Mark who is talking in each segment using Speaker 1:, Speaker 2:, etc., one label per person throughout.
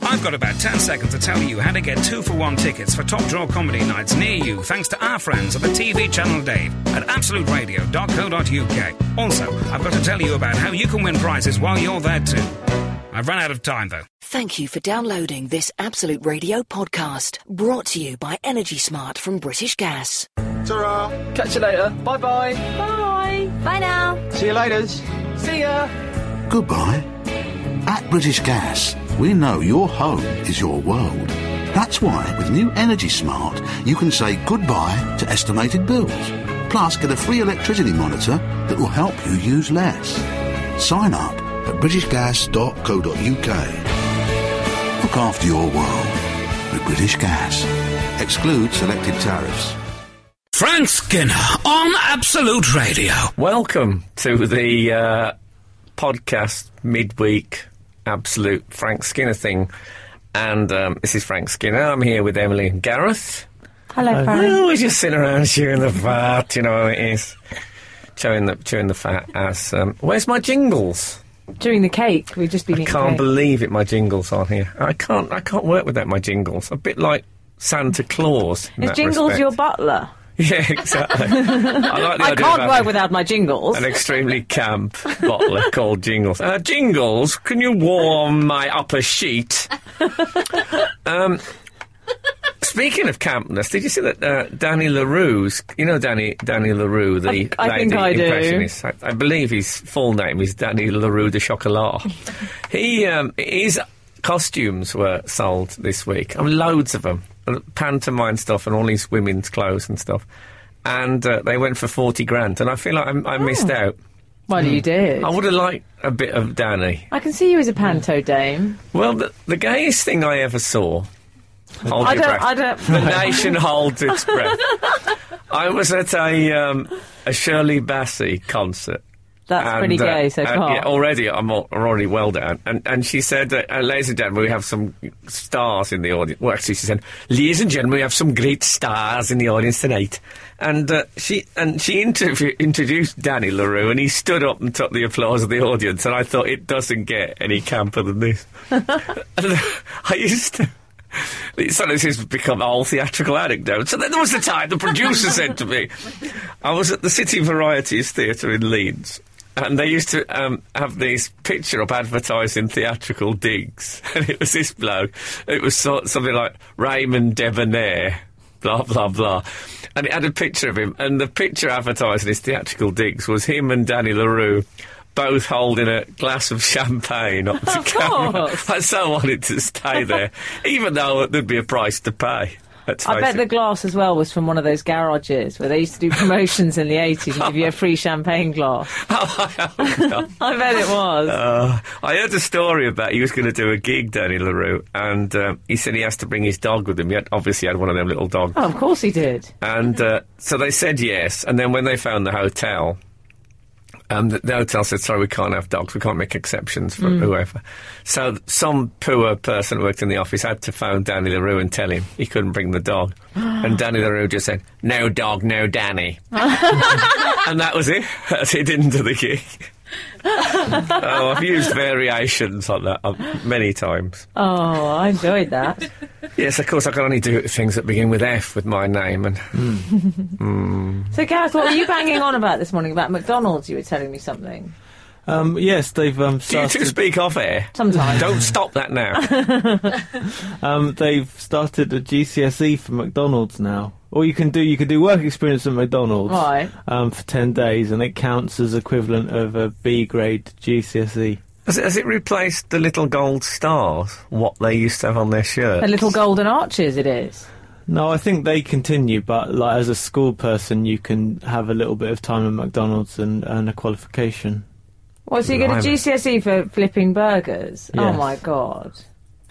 Speaker 1: I've got about 10 seconds to tell you how to get two for one tickets for top draw comedy nights near you thanks to our friends at the TV channel Dave at absoluteradio.co.uk. Also, I've got to tell you about how you can win prizes while you're there too. I've run out of time though.
Speaker 2: Thank you for downloading this Absolute Radio podcast brought to you by Energy Smart from British Gas.
Speaker 3: Ta-ra.
Speaker 4: Catch you later. Bye bye.
Speaker 5: Bye. Bye now.
Speaker 4: See you later.
Speaker 5: See ya.
Speaker 6: Goodbye. At British Gas, we know your home is your world. That's why with new Energy Smart, you can say goodbye to estimated bills. Plus, get a free electricity monitor that will help you use less. Sign up at britishgas.co.uk. Look after your world with British Gas. Exclude selected tariffs.
Speaker 1: Frank Skinner on Absolute Radio.
Speaker 7: Welcome to the uh, podcast midweek Absolute Frank Skinner thing. And um, this is Frank Skinner. I'm here with Emily and Gareth.
Speaker 5: Hello,
Speaker 7: Uh,
Speaker 5: Frank.
Speaker 7: oh, we're just sitting around chewing the fat, you know how it is. Chewing the, chewing the fat as. Um, where's my jingles?
Speaker 5: During the cake, we've just been
Speaker 7: I
Speaker 5: eating
Speaker 7: can't
Speaker 5: cake.
Speaker 7: believe it, my jingles aren't here. I can't, I can't work with that, my jingles. A bit like Santa Claus. in
Speaker 5: Is
Speaker 7: that
Speaker 5: Jingles
Speaker 7: respect.
Speaker 5: your butler?
Speaker 7: Yeah, exactly. I like the
Speaker 5: I
Speaker 7: idea
Speaker 5: can't
Speaker 7: of
Speaker 5: work
Speaker 7: having
Speaker 5: without my Jingles.
Speaker 7: An extremely camp bottler called Jingles. Uh, Jingles, can you warm my upper sheet? um, speaking of campness, did you see that uh, Danny LaRue's? You know Danny Danny LaRue, the
Speaker 5: I- I
Speaker 7: lady
Speaker 5: think I do.
Speaker 7: impressionist. I, I believe his full name is Danny LaRue de Chocolat. he um, his costumes were sold this week. I mean, loads of them, Uh, pantomime stuff, and all these women's clothes and stuff. And uh, they went for forty grand, and I feel like I, I
Speaker 5: Oh.
Speaker 7: missed out.
Speaker 5: Well, you did.
Speaker 7: Hmm. I
Speaker 5: I
Speaker 7: would have liked a bit of Danny.
Speaker 5: can see you as a panto dame.
Speaker 7: Well, the, the gayest thing I ever saw. Hold
Speaker 5: I
Speaker 7: your
Speaker 5: don't.
Speaker 7: breath.
Speaker 5: I don't.
Speaker 7: The nation holds its breath. I was at a um, a Shirley Bassey concert.
Speaker 5: That's
Speaker 7: and,
Speaker 5: pretty
Speaker 7: uh,
Speaker 5: gay so
Speaker 7: and,
Speaker 5: far.
Speaker 7: yeah, already I'm, al- I'm already well down. And and she said, uh, uh, "Ladies and gentlemen, we have some stars in the audience." Well, actually, she said, "Ladies and gentlemen, we have some great stars in the audience tonight." And uh, she and she interview, introduced Danny Larue, and he stood up and took the applause of the audience. And I thought it doesn't get any camper than this. And uh, I used to. So this has become all theatrical anecdotes. And then there was the time the producer said to me, I was at the City Varieties Theatre in Leeds, and they used to um, have these picture up advertising theatrical digs. And it was this bloke. It was so, something like Raymond Debonair, blah, blah, blah. And it had a picture of him. And the picture advertising his theatrical digs was him and Danny LaRue both holding a glass of champagne up to camera.
Speaker 5: course.
Speaker 7: I so wanted to stay there, even though there'd be a price to pay. Let's
Speaker 5: I
Speaker 7: face
Speaker 5: bet
Speaker 7: it.
Speaker 5: the glass as well was from one of those garages where they used to do promotions in the 80s and give you a free champagne glass. I bet it was.
Speaker 7: Oh, Uh, I heard a story about he was going to do a gig, Danny LaRue, and um, he said he has to bring his dog with him. He had, obviously had one of them little dogs.
Speaker 5: oh, of course he did.
Speaker 7: And uh, so they said yes. And then when they found the hotel, um, the, the hotel said, sorry, we can't have dogs. We can't make exceptions for whoever. So th- some poor person who worked in the office had to phone Danny LaRue and tell him he couldn't bring the dog. and Danny LaRue just said, no dog, no Danny. and that was it. That's it into the gig. oh, I've used variations on that um, many times.
Speaker 5: Oh, I enjoyed that.
Speaker 7: Yes, of course, I can only do things that begin with F with my name. And
Speaker 5: So, Gareth, what were you banging on about this morning? About McDonald's, you were telling me something.
Speaker 4: Um, yes, they've um,
Speaker 7: Do you two
Speaker 4: started.
Speaker 7: speak off air?
Speaker 5: Sometimes.
Speaker 7: Don't stop that now.
Speaker 4: Um, they've started a GCSE E for McDonald's now. Or you can do you can do work experience at McDonald's
Speaker 5: Right.
Speaker 4: um, for ten days, and it counts as equivalent of a B grade GCSE.
Speaker 7: has, it, has it replaced the little gold stars, what they used to have on their shirt?
Speaker 5: The little golden arches, it is.
Speaker 4: No, I think they continue, but like as a school person, you can have a little bit of time at McDonald's and earn a qualification.
Speaker 5: Well, so you get a
Speaker 7: Blimey.
Speaker 5: GCSE E for flipping burgers? Oh,
Speaker 4: Yes.
Speaker 5: my God.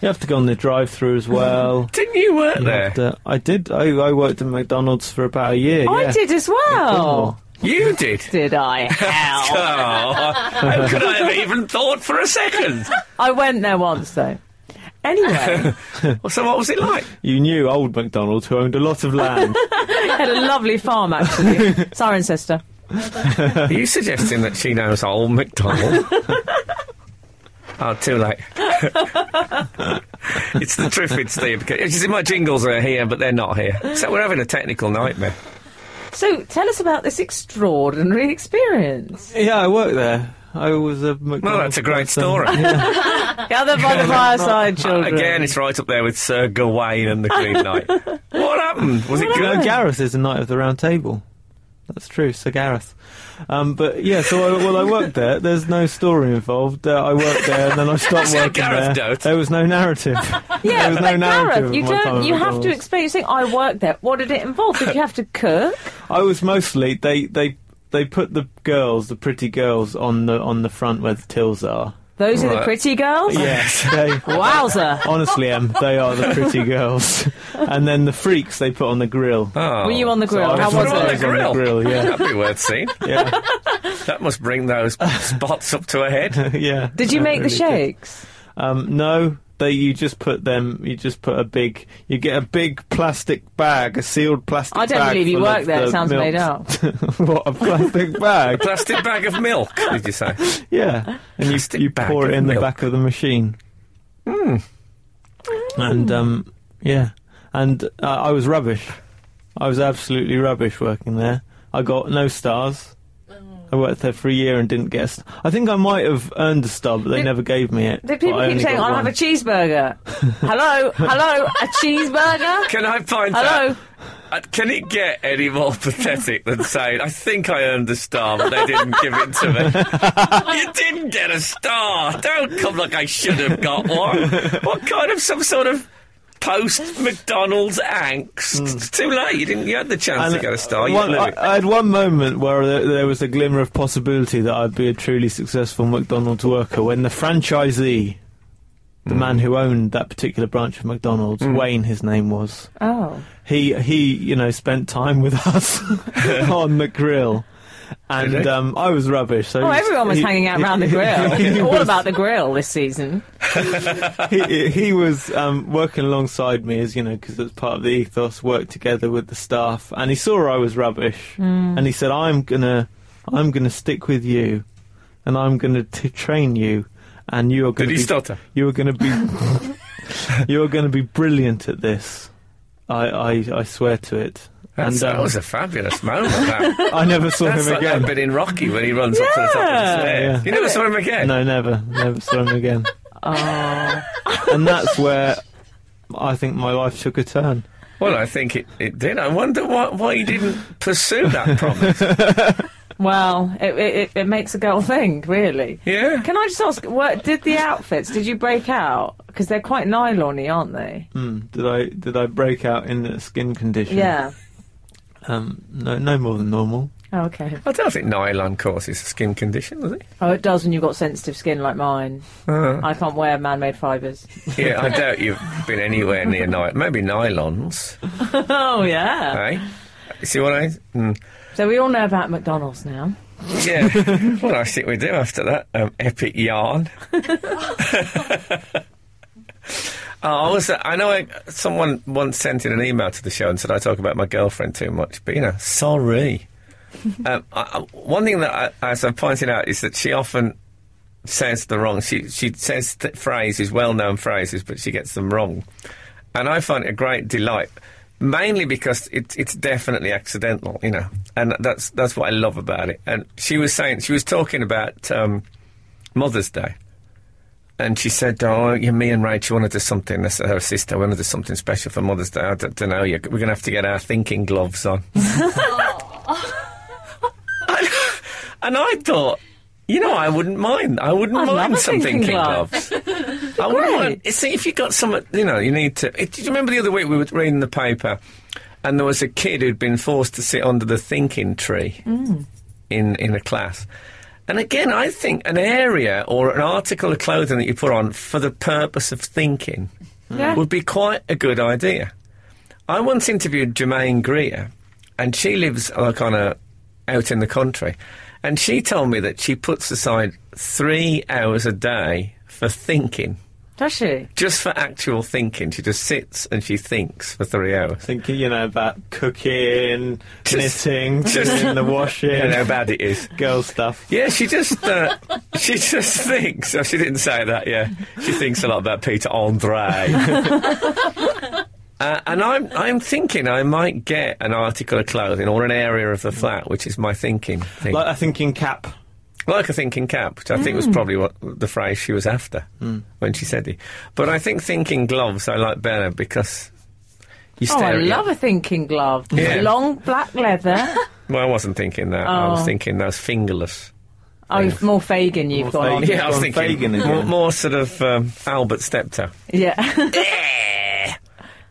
Speaker 4: You have to go on the drive-through as well.
Speaker 7: Didn't you work
Speaker 4: You
Speaker 7: there?
Speaker 4: have to- I did. I, I worked at McDonald's for about a year.
Speaker 5: I
Speaker 4: yeah. Oh.
Speaker 5: did as well.
Speaker 7: You did.
Speaker 5: Did I?
Speaker 7: Oh,
Speaker 5: Hell.
Speaker 7: how could I have even thought for a second?
Speaker 5: I went there once, though. Anyway,
Speaker 7: Well, So, what was it like?
Speaker 4: You knew old McDonald's, who owned a lot of land.
Speaker 5: had a lovely farm, actually. Siren sister.
Speaker 7: Are you suggesting that she knows old McDonald? oh, too late. it's the Triffids thing. because- She said, my jingles are here, but they're not here. So we're having a technical nightmare.
Speaker 5: So tell us about this extraordinary experience.
Speaker 4: Yeah, I worked there. I was a McDonald's
Speaker 7: Well, Oh, that's a great
Speaker 4: person.
Speaker 7: story.
Speaker 5: Gather by the fireside, children.
Speaker 7: Again, it's right up there with Sir Gawain and the Green Knight. what happened? Was it
Speaker 4: You know,
Speaker 7: good?
Speaker 4: Gareth is the Knight of the Round Table. That's true, Sir Gareth. Um, but yeah, so I, well, I worked there. There's no story involved. Uh, I worked there, and then I stopped
Speaker 7: Sir
Speaker 4: working
Speaker 7: Gareth
Speaker 4: there.
Speaker 7: don't.
Speaker 4: There was no narrative.
Speaker 5: Yeah,
Speaker 4: there was
Speaker 5: but
Speaker 4: no narrative.
Speaker 5: Gareth,
Speaker 4: of
Speaker 5: you
Speaker 4: my time
Speaker 5: don't.
Speaker 4: at
Speaker 5: You have to
Speaker 4: McDonald's.
Speaker 5: explain. You saying I worked there. What did it involve? Did you have to cook?
Speaker 4: I was mostly they they they put the girls, the pretty girls, on the on the front where the tills are.
Speaker 5: Those are the
Speaker 7: Right.
Speaker 5: pretty girls.
Speaker 4: Yes, they.
Speaker 5: Wowzer!
Speaker 4: Honestly, Em, they are the pretty girls, and then the freaks they put on the grill.
Speaker 7: Oh.
Speaker 5: Were you on the grill?
Speaker 4: I
Speaker 5: How
Speaker 4: was
Speaker 5: was
Speaker 4: on
Speaker 5: it?
Speaker 4: the grill. grill, yeah.
Speaker 7: That'd be worth seeing.
Speaker 4: Yeah,
Speaker 7: That must bring those spots up to a head.
Speaker 4: yeah.
Speaker 5: Did you
Speaker 4: I
Speaker 5: make the
Speaker 4: really did.
Speaker 5: shakes?
Speaker 4: Um, no, they you just put them. You just put a big. You get a big plastic bag, a sealed plastic.
Speaker 5: I don't
Speaker 4: bag
Speaker 5: believe you
Speaker 4: full of
Speaker 5: work there.
Speaker 4: the
Speaker 5: It sounds
Speaker 4: milk.
Speaker 5: made up.
Speaker 4: what a plastic bag!
Speaker 7: Plastic bag of milk, did you say?
Speaker 4: Yeah, and you
Speaker 7: Plastic
Speaker 4: you
Speaker 7: bag
Speaker 4: pour it
Speaker 7: of
Speaker 4: in the
Speaker 7: milk. Hmm.
Speaker 4: back of the machine. And um, yeah, and uh, I was rubbish. I was absolutely rubbish working there. I got no stars. I worked there for a year and didn't get. A st- I think I might have earned a star, but they
Speaker 5: Did-
Speaker 4: never gave me it.
Speaker 5: Did people
Speaker 4: But I
Speaker 5: keep
Speaker 4: only
Speaker 5: saying,
Speaker 4: got
Speaker 5: "I'll have a
Speaker 4: one.
Speaker 5: cheeseburger"? hello, hello, a cheeseburger.
Speaker 7: Can I find
Speaker 5: Hello.
Speaker 7: that? Uh, Can it get any more pathetic than saying, I think I earned a star, but they didn't give it to me? you didn't get a star. Don't come like I should have got one. What kind of some sort of post McDonald's angst? It's too late. You didn't. You had the chance to
Speaker 4: Hmm. And
Speaker 7: get a star. You
Speaker 4: one-
Speaker 7: blew
Speaker 4: I,
Speaker 7: it.
Speaker 4: I had one moment where there, there was a glimmer of possibility that I'd be a truly successful McDonald's worker when the franchisee, the
Speaker 7: Hmm.
Speaker 4: man who owned that particular branch of McDonald's, Wayne, his name was.
Speaker 5: Oh,
Speaker 4: He he, you know, spent time with us on the grill.
Speaker 7: Did
Speaker 4: And
Speaker 7: he?
Speaker 4: um, I was rubbish. So
Speaker 5: oh,
Speaker 4: he
Speaker 5: everyone was
Speaker 4: he-
Speaker 5: hanging out around the grill.
Speaker 4: he
Speaker 5: It's all
Speaker 4: was-
Speaker 5: about the grill this season.
Speaker 4: he, he was um, working alongside me as you know because it's part of the ethos worked together with the staff and he saw i was rubbish and he said i'm gonna i'm gonna stick with you and i'm gonna t- train you and you're gonna
Speaker 7: Did he
Speaker 4: be,
Speaker 7: stutter?
Speaker 4: you're gonna be you're gonna be brilliant at this i i, I swear to it
Speaker 7: That's-
Speaker 4: and
Speaker 7: that
Speaker 4: um,
Speaker 7: was a fabulous moment. That.
Speaker 4: i never saw
Speaker 7: That's
Speaker 4: him
Speaker 7: like
Speaker 4: again
Speaker 7: that bit in Rocky when he runs up to the top of the
Speaker 5: Yeah.
Speaker 7: stairs.
Speaker 4: Yeah.
Speaker 7: You never saw him again.
Speaker 4: no never never saw him again
Speaker 5: Oh,
Speaker 4: and that's where i think my life took a turn
Speaker 7: Well, I think it, it did. I wonder why, why he didn't pursue that promise.
Speaker 5: well, it, it, it- it makes a girl think, really.
Speaker 7: Yeah.
Speaker 5: Can I just ask, what did the outfits? Did you break out? Because they're quite nylony, aren't they?
Speaker 4: Mm, did I did I break out in a skin condition?
Speaker 5: Yeah.
Speaker 4: Um, no, no more than normal.
Speaker 5: Oh, okay.
Speaker 7: I don't think nylon causes a skin condition, does it?
Speaker 5: Oh, it does when you've got sensitive skin like mine.
Speaker 4: Uh-huh.
Speaker 5: I can't wear man-made fibres.
Speaker 7: Yeah, I doubt you've been anywhere near nylon. Maybe nylons,
Speaker 5: Oh yeah.
Speaker 7: eh? You see what I? Mm.
Speaker 5: So we all know about McDonald's now.
Speaker 7: Yeah. well, I think we do after that um, epic yarn. Oh, I was. I know. I, someone once sent in an email to the show and said I talk about my girlfriend too much, but you know, sorry. um, I, I- one thing that, I, as I pointed out, is that she often says the wrong. She she says th- phrases, well-known phrases, but she gets them wrong, and I find it a great delight, mainly because it, it's definitely accidental, you know, and that's that's what I love about it. And she was saying she was talking about um, Mother's Day. And she said, "Oh, you, me and Rachel want to do something. This, her sister want to do something special for Mother's Day. I don't, know. We're going to have to get our thinking gloves on." and, and I thought, you know, I wouldn't mind. I wouldn't
Speaker 5: I love
Speaker 7: mind
Speaker 5: a
Speaker 7: some
Speaker 5: thinking
Speaker 7: thinking,
Speaker 5: glove.
Speaker 7: gloves. I wouldn't mind. See, if you got some, you know, you need to. It, do you remember the other week we were reading the paper, and there was a kid who'd been forced to sit under the thinking tree in in a class. And again, I think an area or an article of clothing that you put on for the purpose of thinking
Speaker 5: Yeah.
Speaker 7: would be quite a good idea. I once interviewed Jermaine Greer, and she lives like on a out in the country, and she told me that she puts aside three hours a day for thinking.
Speaker 5: Does she?
Speaker 7: Just for actual thinking, she just sits and she thinks for three hours.
Speaker 4: Thinking, you know, about cooking,
Speaker 7: Just-
Speaker 4: knitting, doing the washing,
Speaker 7: You know how bad it is.
Speaker 4: girl stuff.
Speaker 7: Yeah, she just uh, she just thinks. Oh, she didn't say that. Yeah, she thinks a lot about Peter Andre. Uh, and I'm I'm thinking I might get an article of clothing or an area of the flat, which is my thinking thing,
Speaker 4: Like
Speaker 7: like,
Speaker 4: a thinking cap.
Speaker 7: a thinking cap, which I think was
Speaker 5: Mm.
Speaker 7: probably what the phrase she was after when she said it. But I think thinking gloves I like better because you
Speaker 5: Oh,
Speaker 7: stare.
Speaker 5: I
Speaker 7: at your-
Speaker 5: love a thinking glove.
Speaker 7: Yeah.
Speaker 5: Long black leather.
Speaker 7: Well, I wasn't thinking that. I was
Speaker 5: Oh.
Speaker 7: thinking those fingerless.
Speaker 5: oh, you've- more Fagin you've
Speaker 4: More
Speaker 5: gone on.
Speaker 4: Fagin.
Speaker 7: Yeah, I was
Speaker 4: gone
Speaker 7: thinking
Speaker 4: Fagin again.
Speaker 7: more, more sort of um, Albert Steptoe.
Speaker 5: Yeah.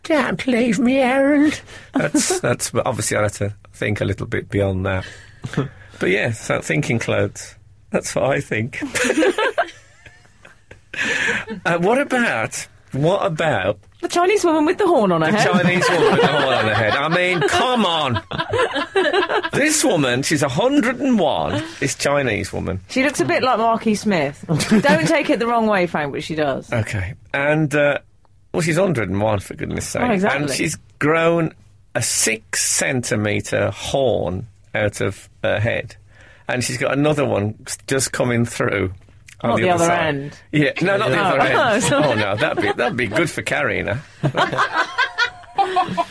Speaker 7: Don't Eh. leave me, Harold. That's that's but obviously I had to think a little bit beyond that. but yeah, so thinking clothes. That's what I think. uh, what about what about
Speaker 5: the Chinese woman with the horn on her head.
Speaker 7: Chinese woman with a horn on her head? I mean, come on. this woman, she's 101. This Chinese woman.
Speaker 5: She looks a bit like Marky Smith. Don't take it the wrong way, Frank, but she does.
Speaker 7: Okay. And, uh, well, she's 101, for goodness sake.
Speaker 5: Oh, exactly.
Speaker 7: And she's grown a six centimetre horn out of her head. And she's got another one s- just coming through. On
Speaker 5: Not the other
Speaker 7: side.
Speaker 5: end.
Speaker 7: Yeah, no, not the
Speaker 5: Oh.
Speaker 7: other
Speaker 5: Oh,
Speaker 7: end.
Speaker 5: sorry.
Speaker 7: Oh no, that'd be that'd be good for carrying her.
Speaker 5: But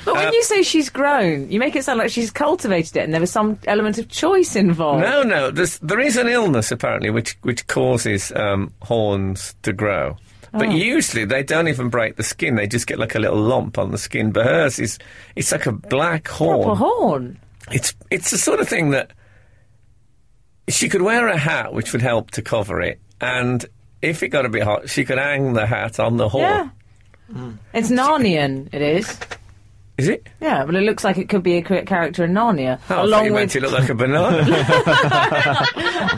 Speaker 5: when you say she's grown, you make it sound like she's cultivated it and there was some element of choice involved.
Speaker 7: No, no, there's, there is an illness apparently which which causes um, horns to grow,
Speaker 5: Oh.
Speaker 7: but usually they don't even break the skin; they just get like a little lump on the skin. But hers is it's like a black horn.
Speaker 5: Proper horn.
Speaker 7: It's it's the sort of thing that she could wear a hat, which would help to cover it, and if it got a bit hot, she could hang the hat on the horn.
Speaker 5: Yeah.
Speaker 7: Hmm.
Speaker 5: It's Narnian, it is.
Speaker 7: Is it?
Speaker 5: Yeah, well, it looks like it could be a cr- character in Narnia,
Speaker 7: Oh, I thought
Speaker 5: along
Speaker 7: you meant it
Speaker 5: with
Speaker 7: looked like a banana.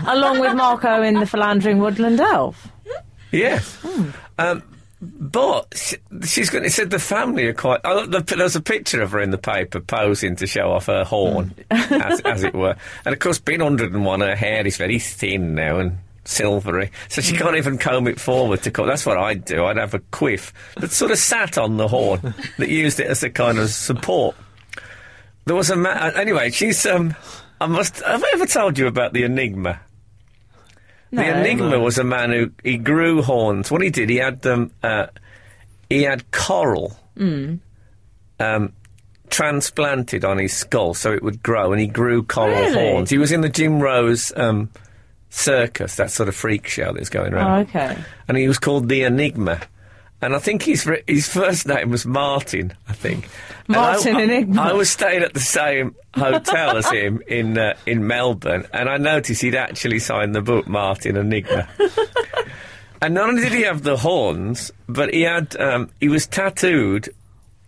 Speaker 5: along with Marco in the philandering woodland elf.
Speaker 7: yeah. Um, but she, she's going. It said the family are quite. Oh, look, the, there's a picture of her in the paper posing to show off her horn, as, as it were. And of course, being 101, her hair is very thin now and silvery, so she can't even comb it forward to cut. That's what I'd do. I'd have a quiff that sort of sat on the horn that used it as a kind of support. There was a ma- uh, anyway. She's um. I must. Have I ever told you about the enigma? The
Speaker 5: No.
Speaker 7: enigma was a man who he grew horns. What he did, he had them. Uh, he had coral
Speaker 5: Hmm.
Speaker 7: um, transplanted on his skull so it would grow, and he grew coral
Speaker 5: Really?
Speaker 7: horns. He was in the Jim Rose um, circus, that sort of freak show that's going around
Speaker 5: Oh, okay.
Speaker 7: and he was called the Enigma. And I think his re- his first name was Martin. I think And I-
Speaker 5: Martin
Speaker 7: I,
Speaker 5: Enigma.
Speaker 7: I was staying at the same hotel as him in uh, in Melbourne, and I noticed he'd actually signed the book Martin Enigma. and not only did he have the horns, but he had um, he was tattooed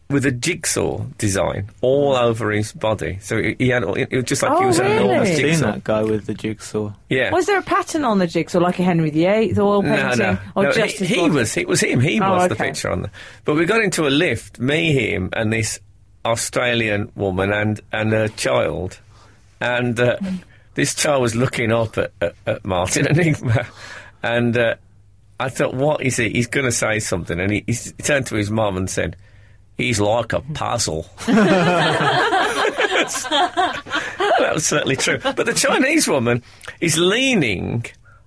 Speaker 7: with a jigsaw design all over his body. So he, he had it was just like he
Speaker 5: Oh,
Speaker 7: was an
Speaker 5: really?
Speaker 7: enormous
Speaker 4: I've seen
Speaker 7: jigsaw.
Speaker 4: that guy with the jigsaw.
Speaker 7: Yeah.
Speaker 5: Was there a pattern on the jigsaw, like a Henry VIII oil
Speaker 7: No,
Speaker 5: painting,
Speaker 7: no,
Speaker 5: or
Speaker 7: no
Speaker 5: just
Speaker 7: he,
Speaker 5: his
Speaker 7: he
Speaker 5: body?
Speaker 7: was. It was him. He
Speaker 5: Oh,
Speaker 7: was the
Speaker 5: okay.
Speaker 7: picture on the. But we got into a lift. Me, him, and this Australian woman and and her child, and uh, this child was looking up at, at, at Martin Enigma, and uh, I thought, what is he? He's going to say something, and he, he s- turned to his mum and said, "He's like a puzzle." that was certainly true. But the Chinese woman is leaning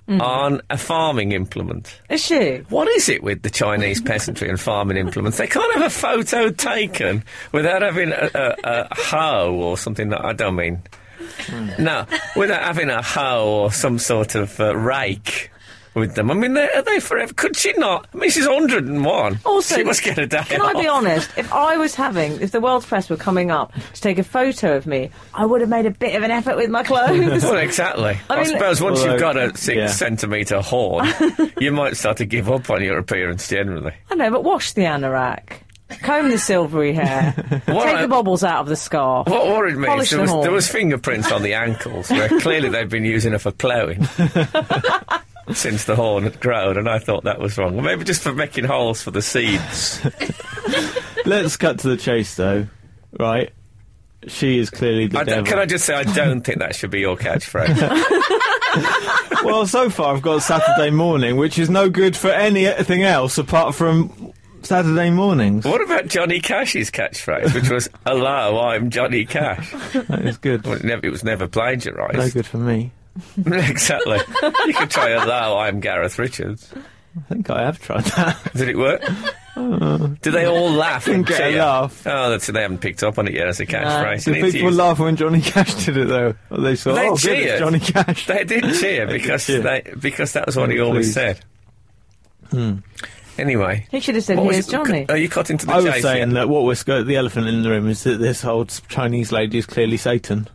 Speaker 5: Mm.
Speaker 7: on a farming implement.
Speaker 5: Is she?
Speaker 7: What is it with the Chinese peasantry and farming implements? They can't have a photo taken without having a, a, a hoe or something. That, I don't mean. No, without having a hoe or some sort of uh, rake with them. I mean, they- are they forever? Could she not? I mean, she's 101.
Speaker 5: Also,
Speaker 7: she must get a day
Speaker 5: Can
Speaker 7: off.
Speaker 5: I be honest? If I was having, if the world's press were coming up to take a photo of me, I would have made a bit of an effort with my clothes.
Speaker 7: Well, exactly. I,
Speaker 5: I mean-
Speaker 7: suppose once
Speaker 4: Although-
Speaker 7: you've got a six
Speaker 4: yeah.
Speaker 7: centimetre horn, you might start to give up on your appearance generally.
Speaker 5: I know, but wash the anorak, comb the silvery hair,
Speaker 7: What
Speaker 5: take
Speaker 7: I-
Speaker 5: the bobbles out of the scarf.
Speaker 7: What worried me
Speaker 5: Polish
Speaker 7: is there
Speaker 5: the
Speaker 7: was,
Speaker 5: horn.
Speaker 7: there was fingerprints on the ankles where clearly they've been using her for ploughing since the horn had grown, and I thought that was wrong. Well, maybe just for making holes for the seeds.
Speaker 4: Let's cut to the chase, though. Right? she is clearly the
Speaker 7: I
Speaker 4: devil.
Speaker 7: don't- can I just say, I don't think that should be your catchphrase.
Speaker 4: Well, so far I've got Saturday morning, which is no good for anything else apart from Saturday mornings.
Speaker 7: what about Johnny Cash's catchphrase, which was "Hello, I'm Johnny Cash"?
Speaker 4: That is good.
Speaker 7: Well, it, never, it was never plagiarised.
Speaker 4: No good for me.
Speaker 7: exactly. You could try "Hello, I'm Gareth Richards."
Speaker 4: I think I have tried that.
Speaker 7: Did it work? Did they all laugh? and
Speaker 4: Didn't Uh, get a
Speaker 7: cheer?
Speaker 4: laugh.
Speaker 7: Oh, that's they haven't picked up on it yet as a catchphrase.
Speaker 4: Did
Speaker 7: Need to
Speaker 4: people
Speaker 7: use-
Speaker 4: laugh when Johnny Cash did it though? Or they saw,
Speaker 7: They
Speaker 4: oh, good, it's
Speaker 7: cheered.
Speaker 4: Johnny Cash.
Speaker 7: They did cheer because
Speaker 4: cheer.
Speaker 7: they because that was what he always
Speaker 4: pleased.
Speaker 7: said.
Speaker 4: Hmm.
Speaker 7: Anyway,
Speaker 5: He should have said,
Speaker 7: What was
Speaker 5: "Here's
Speaker 7: it-
Speaker 5: Johnny."
Speaker 7: Are you cut into the
Speaker 4: I
Speaker 7: chase
Speaker 4: was
Speaker 7: here?
Speaker 4: saying that what was go- the elephant in the room is that this old s- Chinese lady is clearly Satan.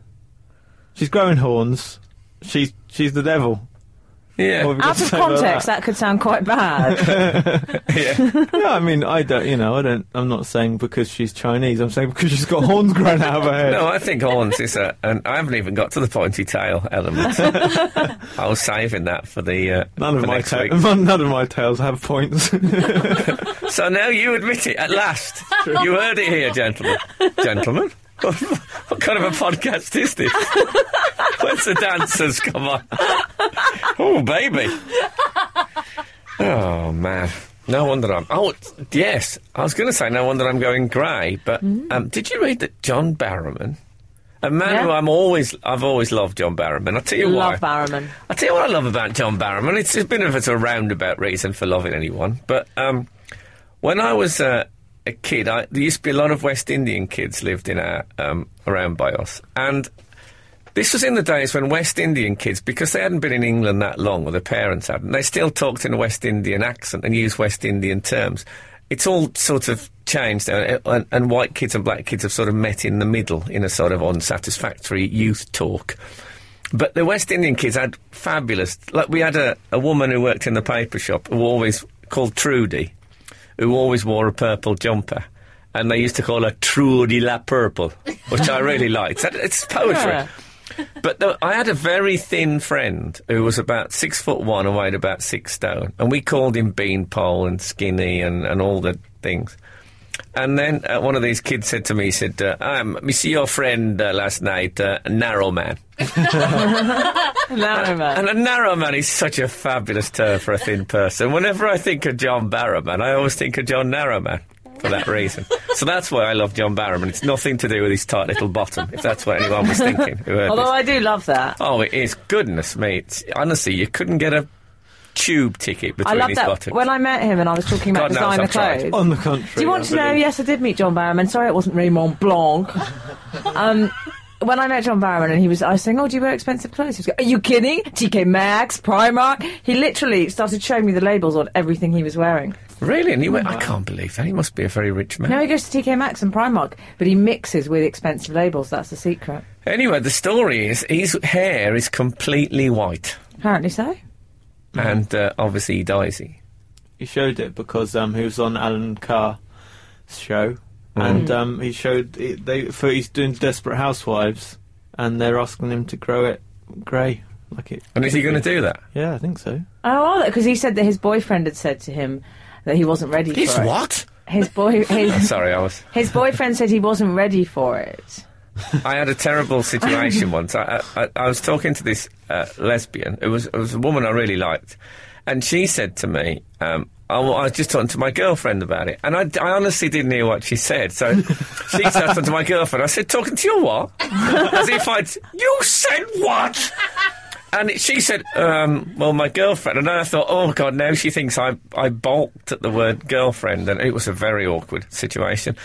Speaker 4: She's growing horns. She's she's the devil. What
Speaker 7: Yeah,
Speaker 4: have we got
Speaker 5: Out
Speaker 4: to
Speaker 5: of
Speaker 4: say about
Speaker 5: context,
Speaker 4: that?
Speaker 5: that could sound quite bad.
Speaker 7: yeah.
Speaker 4: yeah, I mean, I don't. You know, I don't. I'm not saying because she's Chinese. I'm saying because she's got horns growing out of her head.
Speaker 7: No, I think horns is a, and I haven't even got to the pointy tail element. I was saving that for the uh,
Speaker 4: None of
Speaker 7: for
Speaker 4: my
Speaker 7: next
Speaker 4: ta-
Speaker 7: week.
Speaker 4: none of my tails have points.
Speaker 7: So now you admit it at last. You heard it here, gentlemen. Gentlemen? what kind of a podcast is this? Where's the dancers? Come on. Oh, baby. Oh, man. No wonder I'm. Oh, it's- yes. I was going to say, no wonder I'm going grey, but um, did you read that John Barrowman? A man
Speaker 5: Mm. Yeah.
Speaker 7: who I'm always, I've always loved John Barrowman. I'll tell you why.
Speaker 5: Love Barrowman.
Speaker 7: I tell you what I love about John Barrowman. It's a bit of a roundabout reason for loving anyone, but um, when I was uh, a kid, I, there used to be a lot of West Indian kids lived in our um, around by us, and this was in the days when West Indian kids, because they hadn't been in England that long, or their parents hadn't, they still talked in a West Indian accent and used West Indian terms. It's all sort of changed, now, and, and white kids and black kids have sort of met in the middle in a sort of unsatisfactory youth talk. But the West Indian kids had fabulous. Like we had a, a woman who worked in the paper shop who always called Trudy, who always wore a purple jumper, and they used to call her Trudy la Purple, which I really liked. That- It's poetry.
Speaker 5: Yeah.
Speaker 7: But no, I had a very thin friend who was about six foot one and weighed about six stone, and we called him Beanpole and Skinny and, and all the things. And then uh, one of these kids said to me, he said, uh, um, "Me see your friend uh, last night, uh, Narrow Man."
Speaker 5: Barrowman.
Speaker 7: And a narrow man is such a fabulous term for a thin person. Whenever I think of John Barrowman, I always think of John Narrowman for that reason. so that's why I love John Barrowman. It's nothing to do with his tight little bottom, if that's what anyone was thinking. who heard
Speaker 5: Although
Speaker 7: this.
Speaker 5: I do love that.
Speaker 7: Oh, it is. Goodness me. It's, honestly, you couldn't get a tube ticket
Speaker 5: I
Speaker 7: between
Speaker 5: love
Speaker 7: his
Speaker 5: that.
Speaker 7: buttocks.
Speaker 5: When I met him and I was talking about
Speaker 7: God knows
Speaker 5: designer
Speaker 7: I've tried.
Speaker 5: clothes.
Speaker 4: On the contrary,
Speaker 5: Do you want
Speaker 4: I
Speaker 5: to know?
Speaker 4: believe.
Speaker 5: Yes, I did meet John Barrowman. Sorry, it wasn't really Mont Blanc. um, when I met John Barrowman, and he was, I was saying, "Oh, do you wear expensive clothes?" He was, going, "Are you kidding? TK Maxx, Primark." He literally started showing me the labels on everything he was wearing.
Speaker 7: really? And he went, I
Speaker 5: Mm.
Speaker 7: can't believe that. He must be a very rich man.
Speaker 5: Now he goes to TK Maxx and Primark, but he mixes with expensive labels. That's the secret.
Speaker 7: Anyway, the story is his hair is completely white.
Speaker 5: Apparently so. Mm.
Speaker 7: And uh, obviously, he dyes it.
Speaker 4: He showed it because um, he was on Alan Carr's show, and um, he showed it, they for he's doing Desperate Housewives, and they're asking him to grow it grey, like it.
Speaker 7: And is he going to do that?
Speaker 4: Yeah, I think so.
Speaker 5: Oh, because he said that his boyfriend had said to him that he wasn't ready for it.
Speaker 7: what?
Speaker 5: His boy, his,
Speaker 7: Sorry, I was.
Speaker 5: his boyfriend said he wasn't ready for it.
Speaker 7: I had a terrible situation once. I, I, I- I was talking to this uh, lesbian. It was, it was a woman I really liked. And she said to me, um, I, wa- I was just talking to my girlfriend about it. And I, d- I honestly didn't hear what she said. So she started to my girlfriend. I said, Talking to your what? As if I'd. You said what? And it- she said, um, well, my girlfriend. And then I thought, oh, God, now she thinks I, I balked at the word girlfriend. And it was a very awkward situation,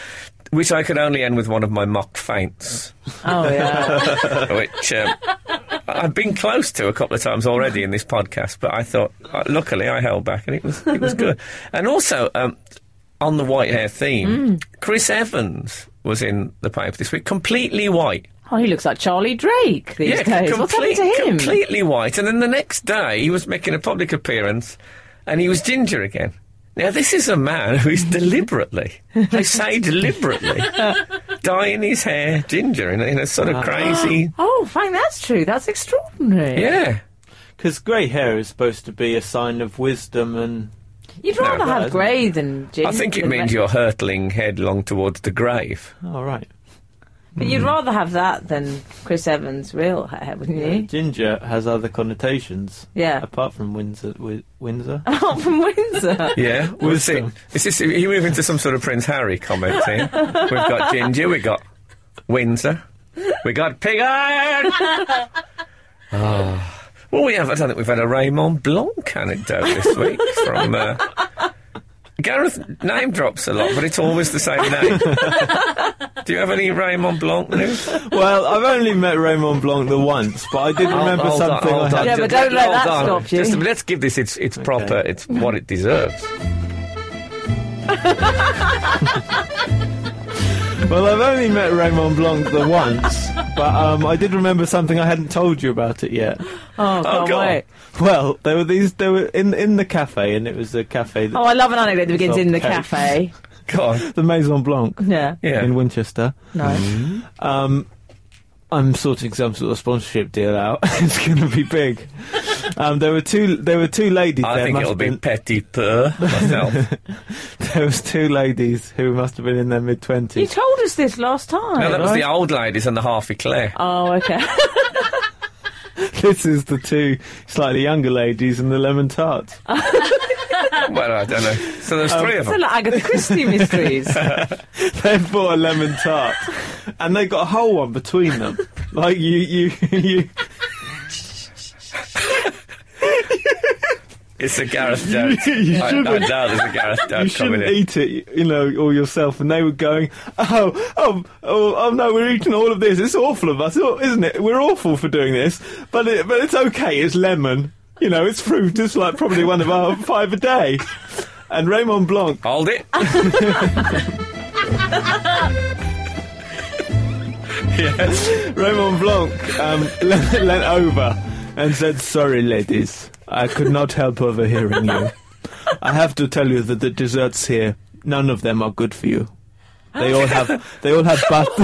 Speaker 7: which I could only end with one of my mock feints
Speaker 5: Oh yeah.
Speaker 7: which um, I've been close to a couple of times already in this podcast, but I thought, uh, luckily, I held back and it was it was good. And also um, on the white hair theme,
Speaker 5: Mm.
Speaker 7: Chris Evans was in the paper this week, completely white.
Speaker 5: Oh, he looks like Charlie Drake these days. What's happened to him?
Speaker 7: completely white. And then the next day, he was making a public appearance, and he was ginger again. Now, this is a man who is deliberately, I say deliberately, dyeing his hair ginger in a, in a sort of crazy.
Speaker 5: Oh, Frank, that's true. That's extraordinary.
Speaker 7: Yeah.
Speaker 4: Because grey hair is supposed to be a sign of wisdom and
Speaker 5: You'd rather
Speaker 7: No,
Speaker 5: have
Speaker 4: isn't
Speaker 5: grey than ginger.
Speaker 7: I think it
Speaker 5: than
Speaker 7: means
Speaker 5: red.
Speaker 7: you're hurtling headlong towards the grave.
Speaker 4: all oh, right.
Speaker 5: But you'd rather have that than Chris Evans' real hair, wouldn't you?
Speaker 4: Ginger has other connotations.
Speaker 5: Yeah.
Speaker 4: Apart from Windsor. Wi- Windsor?
Speaker 5: Apart from Windsor.
Speaker 7: Yeah, we'll see.
Speaker 4: Wisdom.
Speaker 7: Is this, are you moving to some sort of Prince Harry comment here? We've got Ginger, we've got Windsor, we got Pig Iron! Ah. Well, we have, I don't think we've had a Raymond Blanc anecdote this week from. Uh, Gareth name drops a lot, but it's always the same name. Do you have any Raymond Blanc news?
Speaker 4: well, I've only met Raymond Blanc the once, but I did
Speaker 7: Hold-
Speaker 4: remember
Speaker 7: hold on,
Speaker 4: something
Speaker 7: hold
Speaker 4: I
Speaker 7: on.
Speaker 4: had.
Speaker 5: Yeah, but don't let
Speaker 7: hold
Speaker 5: that
Speaker 7: on.
Speaker 5: stop you.
Speaker 7: Just, let's give this its, its proper, it's what it deserves.
Speaker 4: Well, I've only met Raymond Blanc the once, but um, I did remember something I hadn't told you about it yet.
Speaker 5: Oh, can't
Speaker 7: God.
Speaker 5: wait.
Speaker 4: Well, there were these. There were in in the cafe, and it was a cafe that
Speaker 5: Oh, I love an anecdote that begins in the
Speaker 4: Okay.
Speaker 5: cafe.
Speaker 7: God.
Speaker 4: the Maison Blanc
Speaker 5: Yeah.
Speaker 7: Yeah. Mm-hmm.
Speaker 4: in Winchester.
Speaker 5: No.
Speaker 4: Um, I'm sorting some sort of sponsorship deal out. it's going to be big. Um, there were two. There were two ladies.
Speaker 7: I
Speaker 4: there
Speaker 7: think
Speaker 4: must
Speaker 7: it'll
Speaker 4: have
Speaker 7: be
Speaker 4: been,
Speaker 7: Petty Purr myself.
Speaker 4: There was two ladies who must have been in their mid
Speaker 5: You
Speaker 4: twenties.
Speaker 5: told us this last time.
Speaker 7: No, that was
Speaker 4: right?
Speaker 7: the old ladies and the half eclair.
Speaker 5: Oh, okay.
Speaker 4: this is the two slightly younger ladies and the lemon tarts.
Speaker 7: well, I don't know. So there's three of
Speaker 5: They're
Speaker 7: them.
Speaker 5: like Agatha Christie mysteries.
Speaker 4: they bought a lemon tart, and they got a whole one between them. Like you, you, you.
Speaker 7: It's a Gareth joke.
Speaker 4: you
Speaker 7: I, I
Speaker 4: shouldn't-
Speaker 7: doubt there's a Gareth
Speaker 4: you
Speaker 7: joke coming
Speaker 4: shouldn't
Speaker 7: in.
Speaker 4: eat it, you know, all yourself. And they were going, oh, oh, oh, oh no, we're eating all of this. It's awful of us, oh, isn't it? We're awful for doing this, but it, but it's okay. It's lemon, you know, it's fruit. It's like probably one of our five a day. And Raymond Blanc,
Speaker 7: Hold it.
Speaker 4: Raymond Blanc, um, le- leant over and said, "Sorry, ladies, I could not help overhearing you. I have to tell you that the desserts here, none of them are good for you. They all have, they all have butter."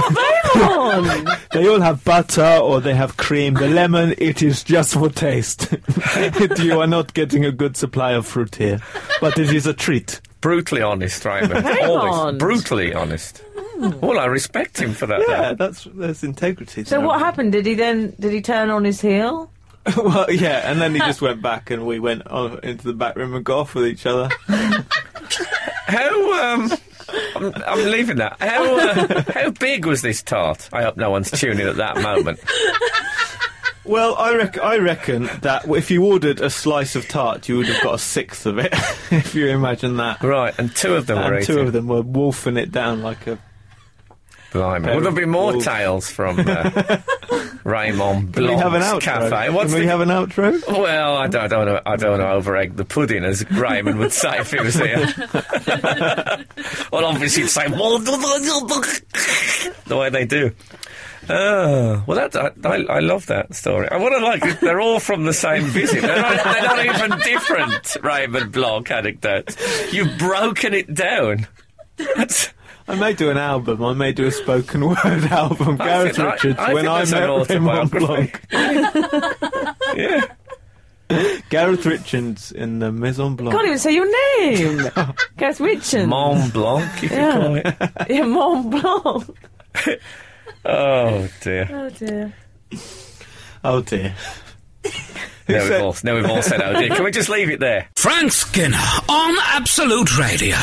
Speaker 5: Come on.
Speaker 4: They all have butter or they have cream. The lemon, it is just for taste. you are not getting a good supply of fruit here, but it is a treat.
Speaker 7: Brutally honest, Raymond. Always.
Speaker 5: on.
Speaker 7: Brutally honest. Well, I respect him for that.
Speaker 4: Yeah,
Speaker 7: though.
Speaker 4: that's that's integrity.
Speaker 5: So what happened? Did he then? Did he turn on his heel?
Speaker 4: well, yeah, and then he just went back, and we went on into the back room and got off with each other.
Speaker 7: How, um... I'm, I'm leaving that. How, uh, how big was this tart? I hope no one's tuning at that moment.
Speaker 4: Well, I rec- I reckon that if you ordered a slice of tart, you would have got a sixth of it, if you imagine that.
Speaker 7: Right, and two of them were
Speaker 4: And
Speaker 7: eating.
Speaker 4: two of them were wolfing it down like a
Speaker 7: Blimey. Will there be more
Speaker 4: Wolf.
Speaker 7: tales from uh, Raymond
Speaker 4: Can we have an outro?
Speaker 7: Blanc's cafe? What's
Speaker 4: Can we
Speaker 7: the
Speaker 4: have an outro?
Speaker 7: Well, I don't, I don't, wanna- I don't want to over egg the pudding, as Raymond would say if he was here. well, obviously, he'd say, "Well, the way they do. Oh, well, that, I, I, I love that story. And what I like is they're all from the same visit. They're not, they're not even different, Raymond Blanc anecdotes. You've broken it down. That's,
Speaker 4: I may do an album. I may do a spoken word album.
Speaker 7: I
Speaker 4: Gareth
Speaker 7: think- I-
Speaker 4: Richards,
Speaker 7: I think
Speaker 4: when I
Speaker 7: that's an
Speaker 4: met Raymond Blanc.
Speaker 7: autobiography. yeah.
Speaker 4: Gareth Richards in the Maison Blanc.
Speaker 5: Can't even say your name. Guess Richard.
Speaker 7: Mont Blanc, if
Speaker 5: Yeah.
Speaker 7: you call it.
Speaker 5: Yeah, Mont Blanc.
Speaker 7: Oh, dear.
Speaker 5: Oh dear.
Speaker 4: oh dear.
Speaker 7: Now we've,
Speaker 4: said-
Speaker 7: all, now we've all said, oh dear. Can we just leave it there?
Speaker 1: Frank Skinner on Absolute Radio.